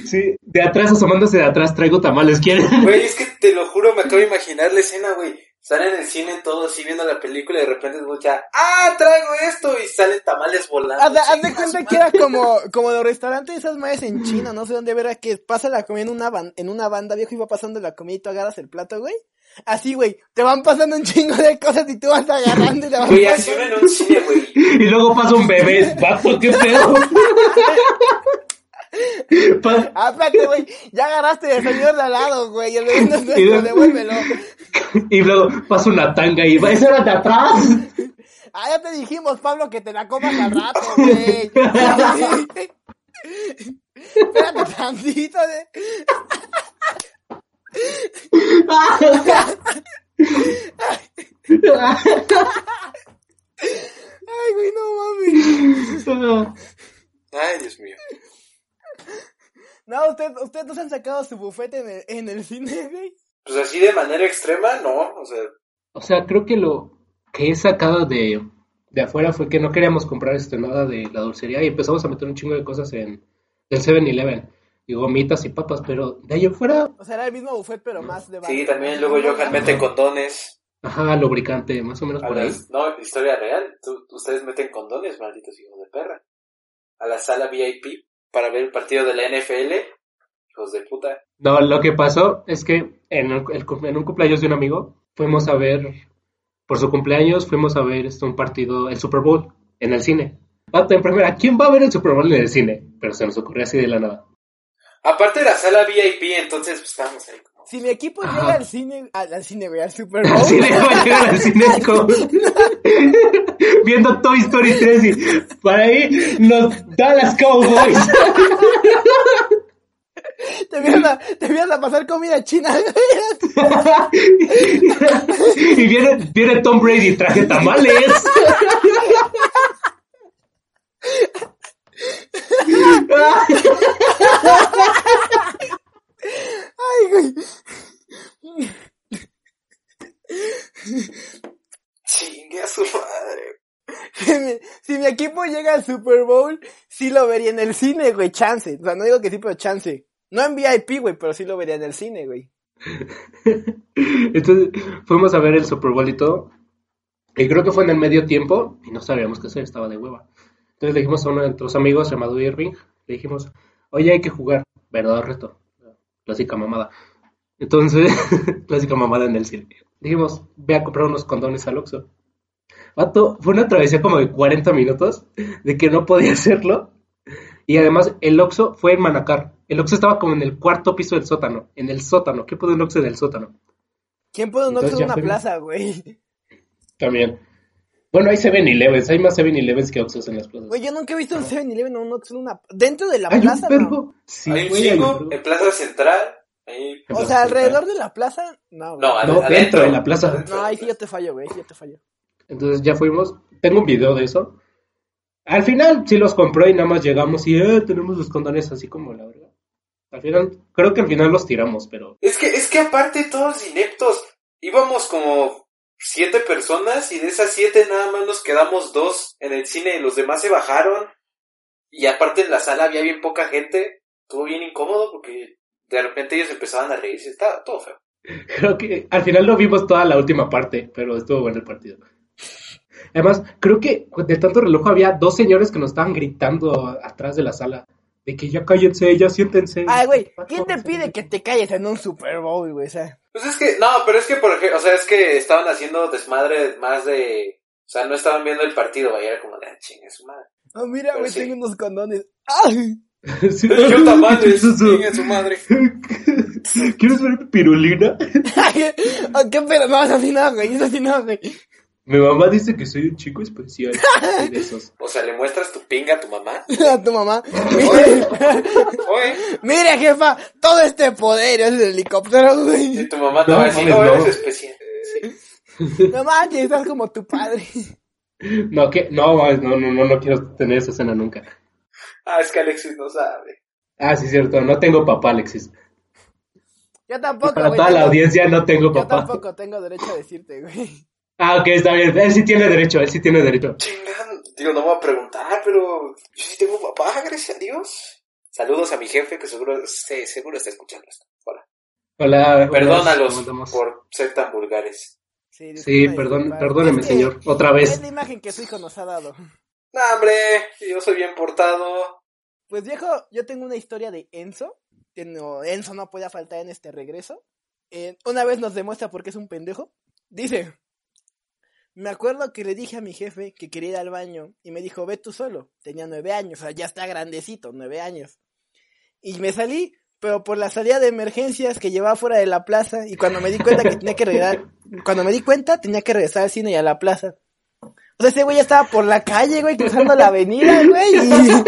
sí, de atrás, asomándose de atrás, traigo tamales. ¿Quieren? Güey, es que te lo juro, me acabo de imaginar la escena, güey. Están en el cine todos así viendo la película y de repente escucha, ¡ah, traigo esto! Y salen tamales volando. Haz de, haz de Chinga su cuenta madre. que era como, como los restaurantes de esas madres en China, no sé dónde verá, que pasa la comida en una, ban- en una banda, viejo, y va pasando la comida y tú agarras el plato, güey. Así, güey, te van pasando un chingo de cosas y tú vas agarrando y la vas Güey, así uno en un cine, güey. Y luego pasa un bebé. Vato, ¿qué pedo? Pa- Ah, Espérate, güey, ya agarraste el señor de al lado, güey, el bebé no es Y nuestro, luego- devuélvelo. y luego pasa una tanga y va, esa era de atrás. Ah, ya te dijimos, Pablo, que te la comas al rato, güey. Espérate tantito, de... Ay, güey, no mames. Ay, Dios mío. No, usted, ustedes no se han sacado su bufete en el, en el cine, güey. Pues así de manera extrema, no. O sea, O sea, creo que lo que he sacado de, de afuera fue que no queríamos comprar este, nada de la dulcería y empezamos a meter un chingo de cosas en el 7-Eleven. Y gomitas y papas, pero de ahí afuera, O sea, era el mismo buffet, pero más de sí, barrio. también luego Johan mete condones. ajá, lubricante, más o menos A por ahí. las- no, historia real. Tú- ustedes meten condones, malditos hijos de perra. A la sala VIP para ver el partido de la NFL. Hijos de puta. No, lo que pasó es que en, un- el cum- en un cumpleaños de un amigo fuimos a ver, por su cumpleaños, fuimos a ver este, un partido, el Super Bowl, en el cine. Vato, en primera, ¿quién va a ver el Super Bowl en el cine? Pero se nos ocurrió así de la nada. Aparte de la sala VIP, entonces pues, estábamos ahí. como- Si mi equipo Ajá. llega al cine, al, al cine, güey, al Super Bowl. Así de va a llegar al cine con- Viendo Toy Story 3 y para ahí los Dallas Cowboys. Te vienes a, te vienes a pasar comida china, güey. y viene, viene Tom Brady, traje tamales. Ay, güey. Chingue a su madre. Si mi, si mi equipo llega al Super Bowl, sí lo vería en el cine, güey, chance. O sea, no digo que sí, pero chance. No en VIP, güey, pero sí lo vería en el cine, güey. Entonces fuimos a ver el Super Bowl y todo. Y creo que fue en el medio tiempo y no sabíamos qué hacer, estaba de hueva. Entonces le dijimos a uno de nuestros amigos, llamado Irving, le dijimos, oye, hay que jugar, verdadero reto. Clásica mamada. Entonces, clásica mamada en el cine. Dijimos, ve a comprar unos condones al Oxxo. Vato, fue una travesía como de 40 minutos de que no podía hacerlo. Y además, el Oxxo fue en Manacar. El Oxxo estaba como en el cuarto piso del sótano. En el sótano. ¿Qué puede un Oxxo en el sótano? ¿Quién puede un Oxxo en Entonces ya una fuimos. plaza, güey? También. Bueno, hay 7-Elevens. Hay más 7-Elevens que Oxxos en las plazas. Güey, yo nunca he visto un 7-Eleven o un Oxxo en una... Dentro de la hay plaza, un ¿no? vergo. Sí, hay un güey, hay un chingo vergo. en Plaza Central. ahí- O sea, alrededor de la plaza, no, güey. No, ah, ad- No, adentro. dentro de la plaza. Adentro. No, ahí sí yo te fallo, güey, ahí sí yo te fallo. Entonces ya fuimos. Tengo un video de eso. Al final sí los compró y nada más llegamos y eh, tenemos los condones así como la verdad. Al final, creo que al final los tiramos, pero Es que, es que aparte todos ineptos. Íbamos como siete personas y de esas siete nada más nos quedamos dos en el cine. Los demás se bajaron. Y aparte en la sala había bien poca gente. Estuvo bien incómodo porque de repente ellos empezaban a reírse. Estaba todo feo. creo que al final no vimos toda la última parte, pero estuvo bueno el partido. Además, creo que de tanto reloj había dos señores que nos estaban gritando atrás de la sala. De que ya cállense, ya siéntense. Ay, güey, ¿quién te pide que te calles en un Super Bowl, güey? O sea, Pues es que, no, pero es que por ejemplo, o sea, es que estaban haciendo desmadre más de. O sea, no estaban viendo el partido. Vaya, era como de "Ah, chinga su madre. ah, mira, Pero güey, sí. tengo unos condones. ¡Ay! Sí. Yo tamales, Eso. chinga su madre. ¿Quieres ver pirulina? Ah, ¿Qué pedo? No, eso sí no, güey, eso sí no, güey. Mi mamá dice que soy un chico especial. Soy de esos. O sea, le muestras tu pinga a tu mamá. A tu mamá. Mire, Oye. mire, jefa, todo este poder es del helicóptero, Y güey. tu mamá te va a No, decir, mames, no, no. eres especial. No manches, estás como tu padre. No, que, no, mames, no, no, no, no quiero tener esa escena nunca. Ah, es que Alexis no sabe. Ah, sí, cierto, no tengo papá, Alexis. Yo Y tampoco, para güey. toda la tengo- audiencia no Yo tengo papá. tampoco tengo derecho a decirte, güey. Ah, ok, está bien. Él sí tiene derecho, él sí tiene derecho. Chingan. Digo, no voy a preguntar, pero yo sí tengo papá, gracias a Dios. Saludos a mi jefe que seguro, sí, seguro está escuchando esto. Hola. Hola. hola, Perdónalos ¿cómo andamos? por ser tan vulgares. Sí, Sí, disculpa, perdón, disculpa. perdóneme, Es que señor. Pues Otra Es vez. la imagen que su hijo nos ha dado. No, hombre, yo soy bien portado. Pues viejo, yo tengo una historia de Enzo. que no- Enzo no podía faltar en este regreso. Eh, una vez nos demuestra por qué es un pendejo. Dice, me acuerdo que le dije a mi jefe que quería ir al baño y me dijo, ve tú solo. Tenía nueve años, o sea, ya está grandecito, nueve años. Y me salí, pero por la salida de emergencias que llevaba fuera de la plaza y cuando me di cuenta que tenía que regresar, cuando me di cuenta tenía que regresar al cine y a la plaza. O sea, ese güey ya estaba por la calle, güey, cruzando la avenida, güey. y-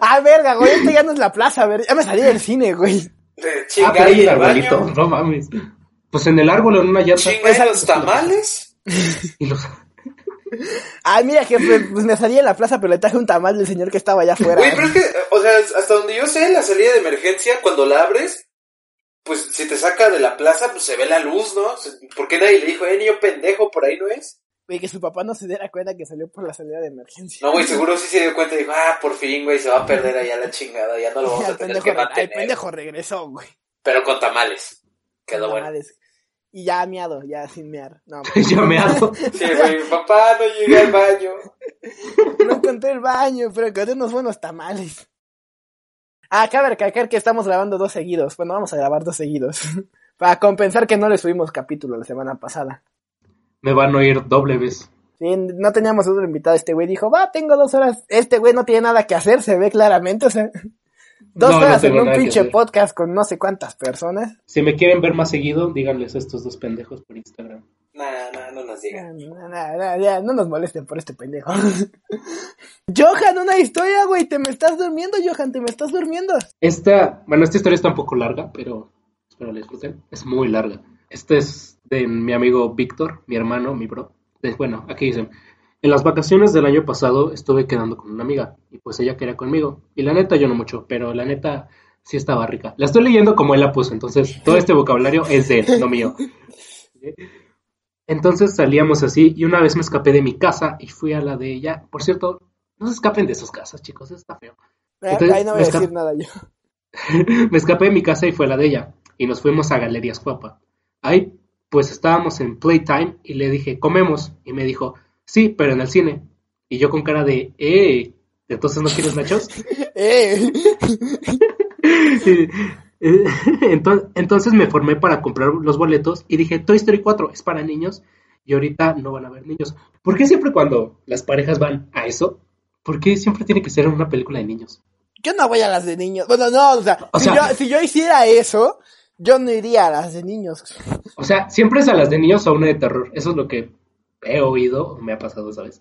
Ah, verga, güey, esto ya no es la plaza, ver, ya me salí del cine, güey. De Ah, pero chingar hay y un el arbolito, baño. no mames. Pues en el árbol, en una llanta. Chingar y los tamales. Y los- Ah, mira, jefe, pues me salí de la plaza, pero le traje un tamal del señor que estaba allá afuera. Güey, pero es que, o sea, hasta donde yo sé, la salida de emergencia, cuando la abres, pues si te saca de la plaza, pues se ve la luz, ¿no? ¿Por qué nadie le dijo, eh, niño pendejo, por ahí no es? Güey, que su papá no se diera cuenta que salió por la salida de emergencia. No, güey, seguro sí se dio cuenta y dijo, ah, por fin, güey, se va a perder allá la chingada, ya no lo Y vamos al a tener pendejo, que re- al mantener. pendejo regresó, güey. Pero con tamales. Quedó bueno. Madres. Y ya miado, ya sin mear. No, Yo me hago. Sí, güey, papá, no llegué al baño. no encontré el baño, pero encontré unos buenos tamales. Ah, cabe recalcar que estamos grabando dos seguidos. Bueno, vamos a grabar dos seguidos. Para compensar que no le subimos capítulo la semana pasada. Me van a oír doble vez. Sí, no teníamos otro invitado. Este güey dijo, va, tengo dos horas. Este güey no tiene nada que hacer, se ve claramente. O sea, dos No, no horas tengo en un nada que pinche hacer. podcast con no sé cuántas personas. Si me quieren ver más seguido, díganles a estos dos pendejos por Instagram. Nah, nah, no nos digan. Ya, ya, ya, ya, no nos molesten por este pendejo. Johan, una historia, güey. Te me estás durmiendo, Johan, te me estás durmiendo. Esta, bueno, esta historia está un poco larga, pero espero la disfruten. Es muy larga. Esta es de mi amigo Víctor, mi hermano, mi bro. De- bueno, aquí dicen. En las vacaciones del año pasado estuve quedando con una amiga y pues ella quería conmigo. Y la neta yo no mucho, pero la neta sí estaba rica. La estoy leyendo como él la puso, entonces todo este vocabulario es de él, no mío. Entonces salíamos así y una vez me escapé de mi casa y fui a la de ella. Por cierto, no se escapen de sus casas, chicos, eso está feo. Entonces, Ahí no voy me a esca- decir nada yo. me escapé de mi casa y fue la de ella. Y nos fuimos a Galerías Cuapa. Ahí, pues estábamos en Playtime y le dije, comemos. Y me dijo, sí, pero en el cine. Y yo con cara de, eh, ¿entonces no quieres nachos? ¡Eh! Eh, eh, enton- entonces me formé para comprar los boletos y dije, Toy Story 4 es para niños y ahorita no van a haber niños. ¿Por qué siempre cuando las parejas van a eso? ¿Por qué siempre tiene que ser una película de niños? Yo no voy a las de niños. Bueno, no, o sea, O si, sea- yo, si yo hiciera eso, yo no iría a las de niños. O sea, siempre es a las de niños o a una de terror. Eso es lo que he oído o me ha pasado esa vez.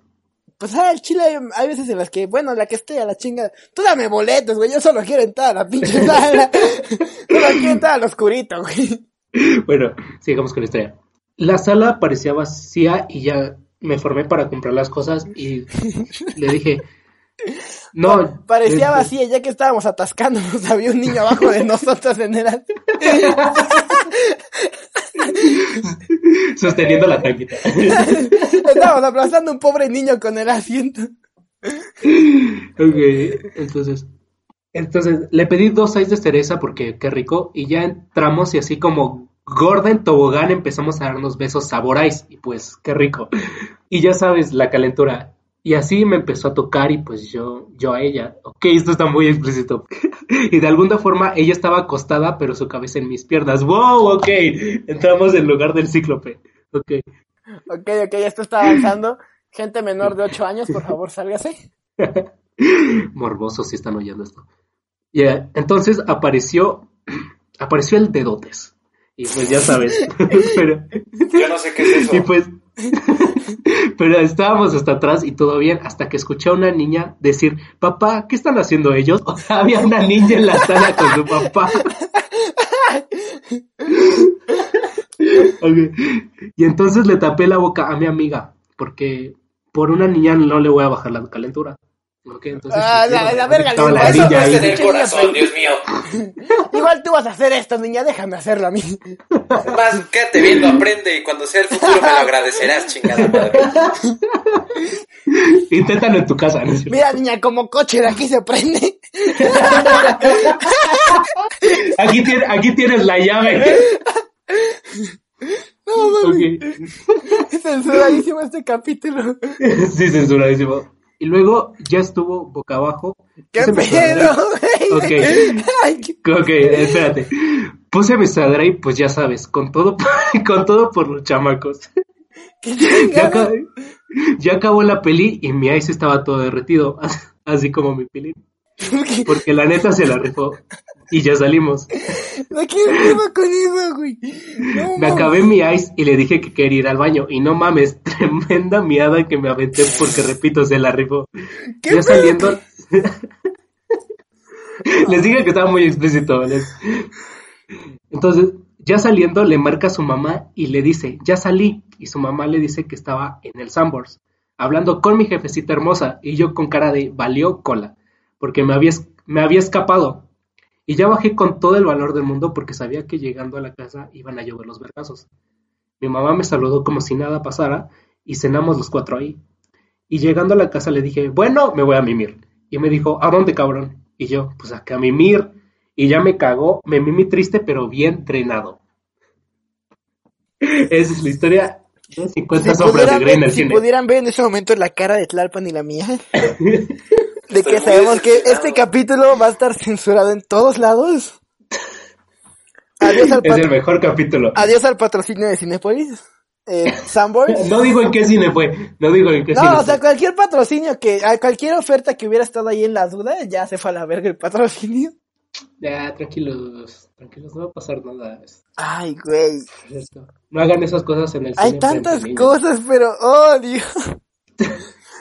Pues ah, el chile hay, hay veces en las que, bueno, la que esté a la chinga, tú dame boletos, güey, yo solo quiero entrar a la pinche sala. solo quiero entrar al oscurito, güey. Bueno, sigamos con la historia. La sala parecía vacía y ya me formé para comprar las cosas y le dije, no. este, Parecía vacía vacía, ya que estábamos atascándonos, había un niño abajo de nosotros en el alto. Sosteniendo la tanquita. Estábamos aplastando a un pobre niño con el asiento. ok, entonces. Entonces, le pedí dos seis de cereza porque qué rico. Y ya entramos y así como gorda en tobogán empezamos a darnos besos sabor ice. Y pues, qué rico. Y ya sabes, la calentura. Y así me empezó a tocar y pues yo, yo a ella. Ok, esto está muy explícito. y de alguna forma ella estaba acostada, pero su cabeza en mis piernas. ¡Wow! Ok, entramos en lugar del cíclope. Ok. Ok, ok, esto está avanzando. Gente menor de 8 años, por favor, sálgase. Morbosos si están oyendo esto. Y eh, entonces apareció, apareció el dedotes. Y pues ya sabes. pero, Yo no sé qué es y eso. pues, pero estábamos hasta atrás y todo bien, hasta que escuché a una niña decir, papá, ¿qué están haciendo ellos? O sea, había una niña en la sala con su papá. Ok. Y entonces le tapé la boca a mi amiga, porque por una niña no le voy a bajar la calentura. Ok, entonces, Ah, pues, la- yo- la verga, pues, estaba le- la eso- niña eso ahí. en es el Pinche niño corazón, feliz. Dios mío. Igual tú vas a hacer esto, niña, déjame hacerlo a mí. Más, quédate viendo, aprende y cuando sea el futuro me lo agradecerás, chingada madre. Inténtalo en tu casa, ¿no es cierto? Mira, niña, como coche de aquí se prende. Aquí, tiene- aquí tienes la llave. No, mami, Ok. censuradísimo este capítulo. Sí, censuradísimo. Y luego ya estuvo boca abajo. ¿Qué Puse mi pedo, sudadera. güey? Ok. Ay, qué- Ok, espérate. Puse mi sadra y pues ya sabes, con todo, con todo por los chamacos. qué Ya, chingada. acab- ya acabó la peli y mi ice estaba todo derretido, así como mi peli. Porque la neta se la rifó. Y ya salimos. ¿De qué pedo con eso, güey? No, Me mami. acabé mi ice y le dije que quería ir al baño. Y no mames, tremenda miada que me aventé porque, repito, se la rifó. ¿Qué ya pedo? saliendo... les dije que estaba muy explícito. les- Entonces, ya saliendo, le marca a su mamá y le dice, ya salí. Y su mamá le dice que estaba en el Sambors, hablando con mi jefecita hermosa. Y yo con cara de, valió cola, porque me había, es- me había escapado. Y ya bajé con todo el valor del mundo porque sabía que llegando a la casa iban a llover los vergazos. Mi mamá me saludó como si nada pasara y cenamos los cuatro ahí. Y llegando a la casa le dije, bueno, me voy a mimir. Y me dijo, ¿a dónde, cabrón? Y yo, pues acá a mimir. Y ya me cagó, me mimí triste, pero bien drenado. Esa es la historia de 50 Si sombras de pudieran Grey en ver- el si cine. pudieran ver en ese momento la cara de Tlalpan y la mía, de Estoy que muy sabemos que este decepcionado. capítulo va a estar censurado en todos lados. Adiós al, Es el pat- mejor capítulo. adiós al patrocinio de Cinepolis. Eh, Sanborns. No digo en qué cine fue, no digo en qué cine No, o fue. sea, cualquier patrocinio que, a cualquier oferta que hubiera estado ahí en la duda, ya se fue a la verga el patrocinio. Ya, tranquilos, tranquilos, no va a pasar nada. es Ay, güey. cierto. No hagan esas cosas en el cine. Hay frente a tantas niños. cosas, pero, oh, Dios.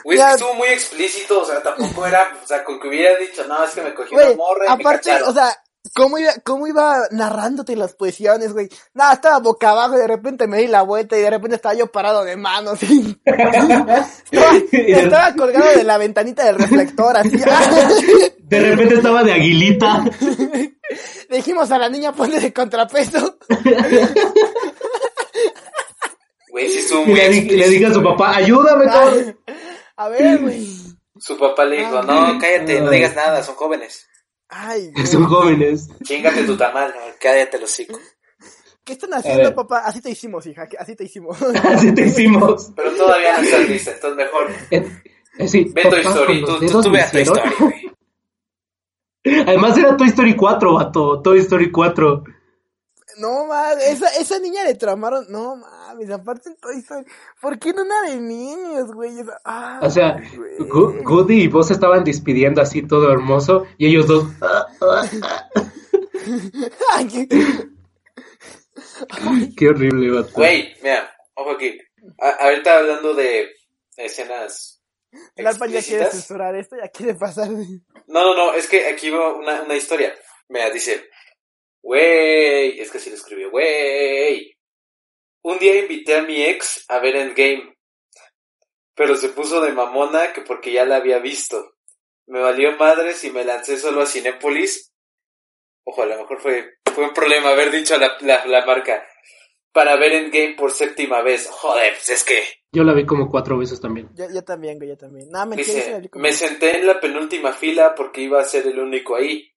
Güey, es Ya. que estuvo muy explícito, o sea, tampoco era, o sea, con que hubiera dicho, no, es que me cogí Güey, una morra y me aparte, cacharon. o sea, ¿Cómo iba, cómo iba narrándote las poesiones, güey? Nada, estaba boca abajo y de repente me di la vuelta y de repente estaba yo parado de mano, así. estaba, estaba colgado de la ventanita del reflector, así. De repente estaba de aguilita. Le dijimos a la niña, ponle de contrapeso. Güey, sí estuvo Y muy le, di- y le diga a su explícito, papá, ayúdame, cabrón. A ver, güey. güey. Su papá le dijo, Ah. no, cállate, no digas nada, son jóvenes. Ay, Son güey. jóvenes. Chingate tu tamal, no, cállate los hocico. ¿Qué están A haciendo, ver. papá? Así te hicimos, hija, que- así te hicimos. Así te hicimos. Pero todavía no estás lista, entonces mejor. Eh, eh, Sí, Ve Toy papá, Story, con los tú, tú, dedos tú me ve a Toy hicieron. Story, güey. Además era Toy Story 4, vato. Toy Story 4. No mames, esa, esa niña le tramaron. No mames, aparte en Toy Story. ¿Por qué en una de niños, güey? Esa- ah, O sea, güey. Gu- Goody y vos estaban despidiendo así todo hermoso y ellos dos... ah, ah, Ay, qué- qué horrible, vato. Güey, mira, ojo aquí. A- ahorita hablando de escenas El Alpa ya quiere explícitas. censurar esto, ya quiere pasar. de- No, no, no, es que aquí va una, una historia. Mira, dice, güey, es que así lo escribió, güey. Un día invité a mi ex a ver Endgame, pero se puso de mamona que porque ya la había visto. Me valió madres y me lancé solo a Cinépolis. Ojo, a lo mejor fue, fue un problema haber dicho la, la, la marca. Para ver Endgame por séptima vez. Joder, pues es que... Yo la vi como cuatro veces también. Yo, yo también, güey, yo también. Nada, me quiere Dice, me senté en la penúltima fila porque iba a ser el único ahí.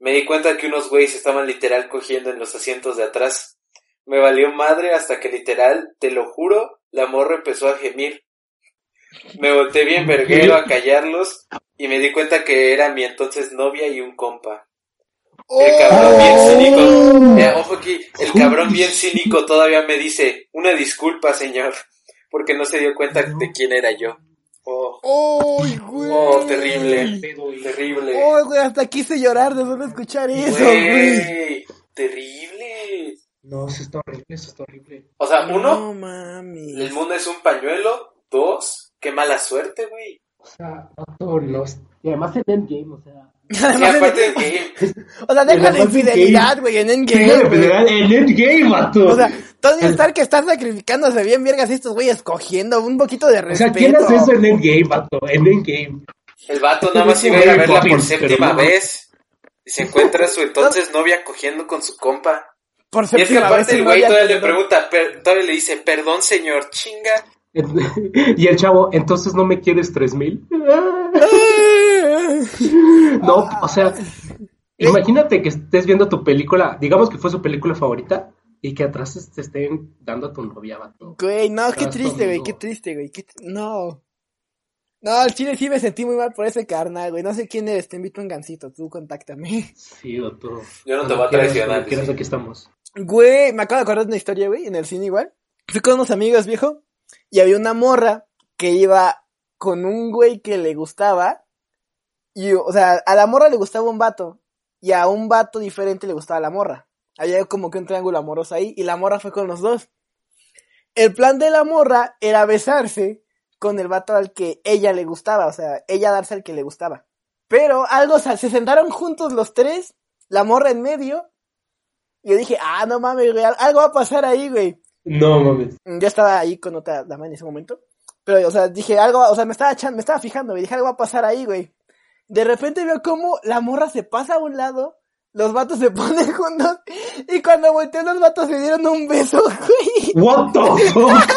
Me di cuenta que unos güeyes estaban literal cogiendo en los asientos de atrás. Me valió madre hasta que literal, te lo juro, la morra empezó a gemir. Me volteé bien verguero a callarlos y me di cuenta que era mi entonces novia y un compa. El Oh. cabrón bien cínico. Mira, ojo aquí, el cabrón bien cínico todavía me dice, una disculpa señor, porque no se dio cuenta de quién era yo. Oh. ¡Ay, güey! Oh, terrible. Terrible. ¡Ay, güey! Hasta quise llorar de solo escuchar eso, güey. Güey, terrible. No, eso está horrible, eso está horrible. O sea, uno, No mames. el mundo es un pañuelo. Dos, qué mala suerte, güey. O sea, vato, los... Y además en Endgame, o sea... Y aparte, güey, O sea, deja la Además, en infidelidad, güey, en Sí, Endgame. en güey. general, en Endgame, vato. O sea, Tony Stark está sacrificándose bien, vergas, y estos güeyes cogiendo un poquito de O respeto. sea, ¿quién hace eso en Endgame, vato? En Endgame. el vato nada más iba a ir a verla por Poppins, séptima pero no. vez. Y se encuentra a su entonces novia cogiendo con su compa. Por Y es que séptima vez, aparte el no güey había todavía le tenido- pregunta, per- todavía le dice, perdón señor, chinga. Y el chavo, entonces no me quieres 3000. No, o sea, imagínate que estés viendo tu película, digamos que fue su película favorita, y que atrás te estén dando a tu novia, vato. Güey, no, qué Estás triste, güey, conmigo. qué triste, güey. qué tr- No. No, al chile sí me sentí muy mal por ese carnal, güey. No sé quién eres, te invito a un gancito, tú contáctame. Sí, vato. Yo no te Cuando voy a quieras, traicionar, cuando quieras, dice. aquí estamos. Güey, me acabo de acordar de una historia, güey, en el cine igual. Fui con unos amigos, viejo, y había una morra que iba con un güey que le gustaba. Y, o sea, a la morra le gustaba un vato, y a un vato diferente le gustaba la morra. Había como que un triángulo amoroso ahí, y la morra fue con los dos. El plan de la morra era besarse con el vato al que ella le gustaba, o sea, ella darse al que le gustaba. Pero algo, o sea, se sentaron juntos los tres, la morra en medio, y yo dije, ah, no mames, güey, al- algo va a pasar ahí, güey. Mm, No mames. Yo estaba ahí con otra dama en ese momento, pero, o sea, dije algo, va- o sea, me estaba, echan- me estaba fijando, güey, dije, algo va a pasar ahí, güey. De repente veo cómo la morra se pasa a un lado, los vatos se ponen juntos, y cuando volteó los vatos se dieron un beso, güey. What the fuck?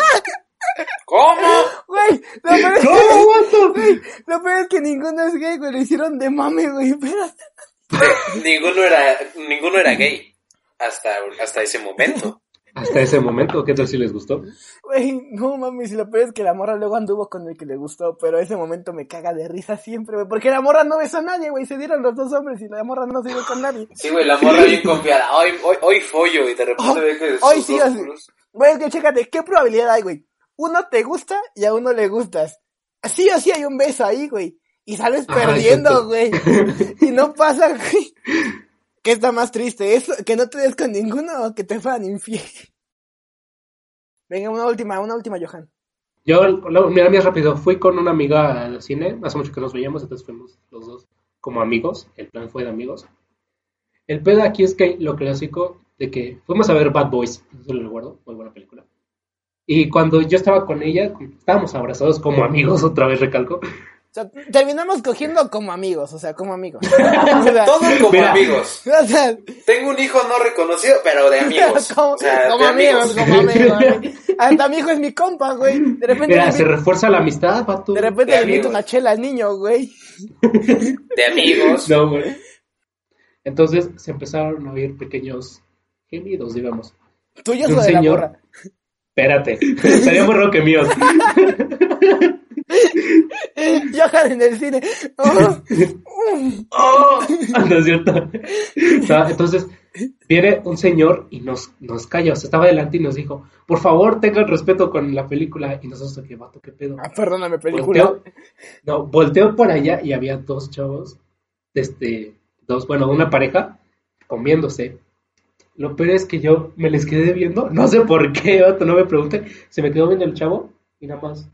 ¿Cómo? Güey, lo peor es que, ¿Cómo, vato? lo peor es que ninguno es gay, güey, lo hicieron de mame, güey, pero... Eh, Ninguno era, ninguno era gay. Hasta, hasta ese momento. Hasta ese momento, ¿qué tal si les gustó? Güey, no mames, y lo peor es que la morra luego anduvo con el que le gustó, pero ese momento me caga de risa siempre, güey, porque la morra no besó a nadie, güey, se dieron los dos hombres y la morra no se dio con nadie. Sí, güey, la morra bien confiada. Hoy, hoy, hoy follo y de repente Oh, ve que sus hoy sí, dos así. culos- Güey, es que chécate, ¿qué probabilidad hay, güey? Uno te gusta y a uno le gustas. Sí o sí hay un beso ahí, güey, y sales Ajá, perdiendo, güey, exacto. y no pasa, güey. ¿Qué está más triste? ¿Eso? ¿Que no te des con ninguno o que te fueran infiel? Venga, una última, una última, Johan. Yo, lo- mira, mira rápido, fui con una amiga al cine, hace mucho que nos veíamos, entonces fuimos los dos como amigos, el plan fue de amigos. El pedo aquí es que lo clásico de que fuimos a ver Bad Boys, eso lo recuerdo, muy buena película. Y cuando yo estaba con ella, estábamos abrazados como amigos, otra vez recalco. O sea, terminamos cogiendo como amigos, o sea, como amigos. Todos como Mira. amigos. O sea, Tengo un hijo no reconocido, pero de amigos. como, O sea, como de amigos. amigos, como amigos. güey. Hasta mi hijo es mi compa, güey. De repente, Mira, le se invito- refuerza la amistad, vato. de de repente le invito amigos. una chela al niño, güey. De amigos. No, güey. Entonces se empezaron a oír pequeños gemidos, digamos. Tuyos De o un de la señor. morra. Espérate, sería muy raro que míos. Johan en el cine. Oh, uh, ¡Oh! No es cierto. No, entonces, viene un señor y nos, nos calla, o sea, estaba delante y nos dijo, por favor, tengan respeto con la película. Y nosotros, ¿qué vato, qué pedo? ah, perdóname, película. Volteo, no, volteo por allá y había dos chavos, este, dos, bueno, una pareja, comiéndose. Lo peor es que yo me les quedé viendo, no sé por qué, vato, no me pregunten, se me quedó viendo el chavo y nada más.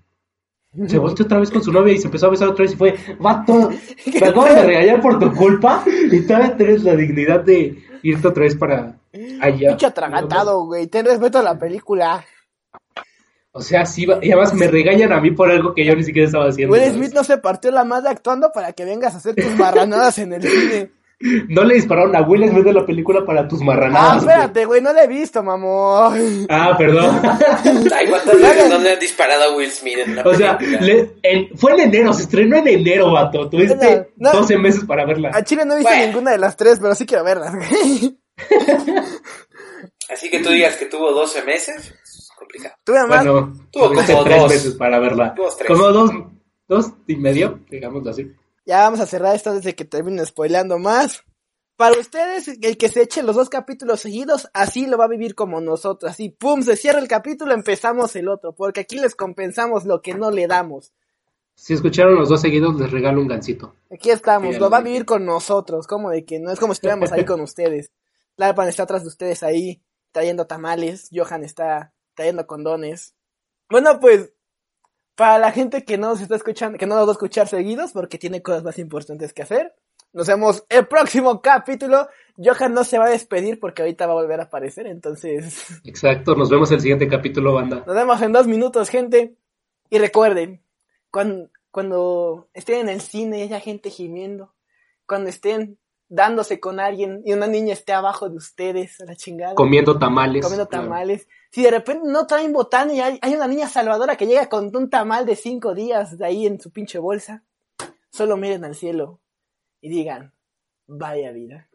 Se volteó otra vez con su novia y se empezó a besar otra vez y fue, vato, me acabo de regañar por tu culpa y todavía tienes la dignidad de irte otra vez para allá. Pinche atragantado, güey. Ten respeto a la película. O sea, sí, va- y además me regañan a mí por algo que yo ni siquiera estaba haciendo. Will ¿sabes? Smith no se partió la madre actuando para que vengas a hacer tus barranadas en el cine. No le dispararon a Will Smith de la película para tus Ah, marranadas. güey. espérate, güey, no la he visto, mamón. Ah, perdón. Ay, what the fuck, no le han disparado a Will Smith en una o sea, película. le- en- fue en enero, se estrenó en enero, vato. Tuviste No, Ah, no. 12 meses para verla. A Chile no he visto Bueno. ninguna de las tres, pero sí quiero verlas. güey. Así que tú digas que tuvo 12 meses, es complicado. Tuve más. Bueno, Tuvo tuviste como tres dos. meses para verla. Dos, tres. Como dos, dos y medio, digámoslo así. Ya vamos a cerrar esto antes de que termine spoileando más. Para ustedes, el que se eche los dos capítulos seguidos, así lo va a vivir como nosotros. Así, pum, se cierra el capítulo, empezamos el otro. Porque aquí les compensamos lo que no le damos. Si escucharon los dos seguidos, les regalo un gancito. Aquí estamos, Sí, lo va a sí. vivir con nosotros. Como de que no es como si estuviéramos ahí con ustedes. Larpan está atrás de ustedes ahí, trayendo tamales. Johan está trayendo condones. Bueno, pues, para la gente que no nos está escuchando, que no nos va a escuchar seguidos porque tiene cosas más importantes que hacer, nos vemos el próximo capítulo. Johan no se va a despedir porque ahorita va a volver a aparecer, entonces Exacto, nos vemos en el siguiente capítulo, banda. nos vemos en dos minutos, gente. Y recuerden, cuando, cuando estén en el cine, haya gente gimiendo, cuando estén dándose con alguien y una niña esté abajo de ustedes, a la chingada Comiendo tamales. comiendo tamales. Si de repente no traen botán y hay, hay una niña salvadora que llega con un tamal de cinco días de ahí en su pinche bolsa, solo miren al cielo y digan, vaya vida.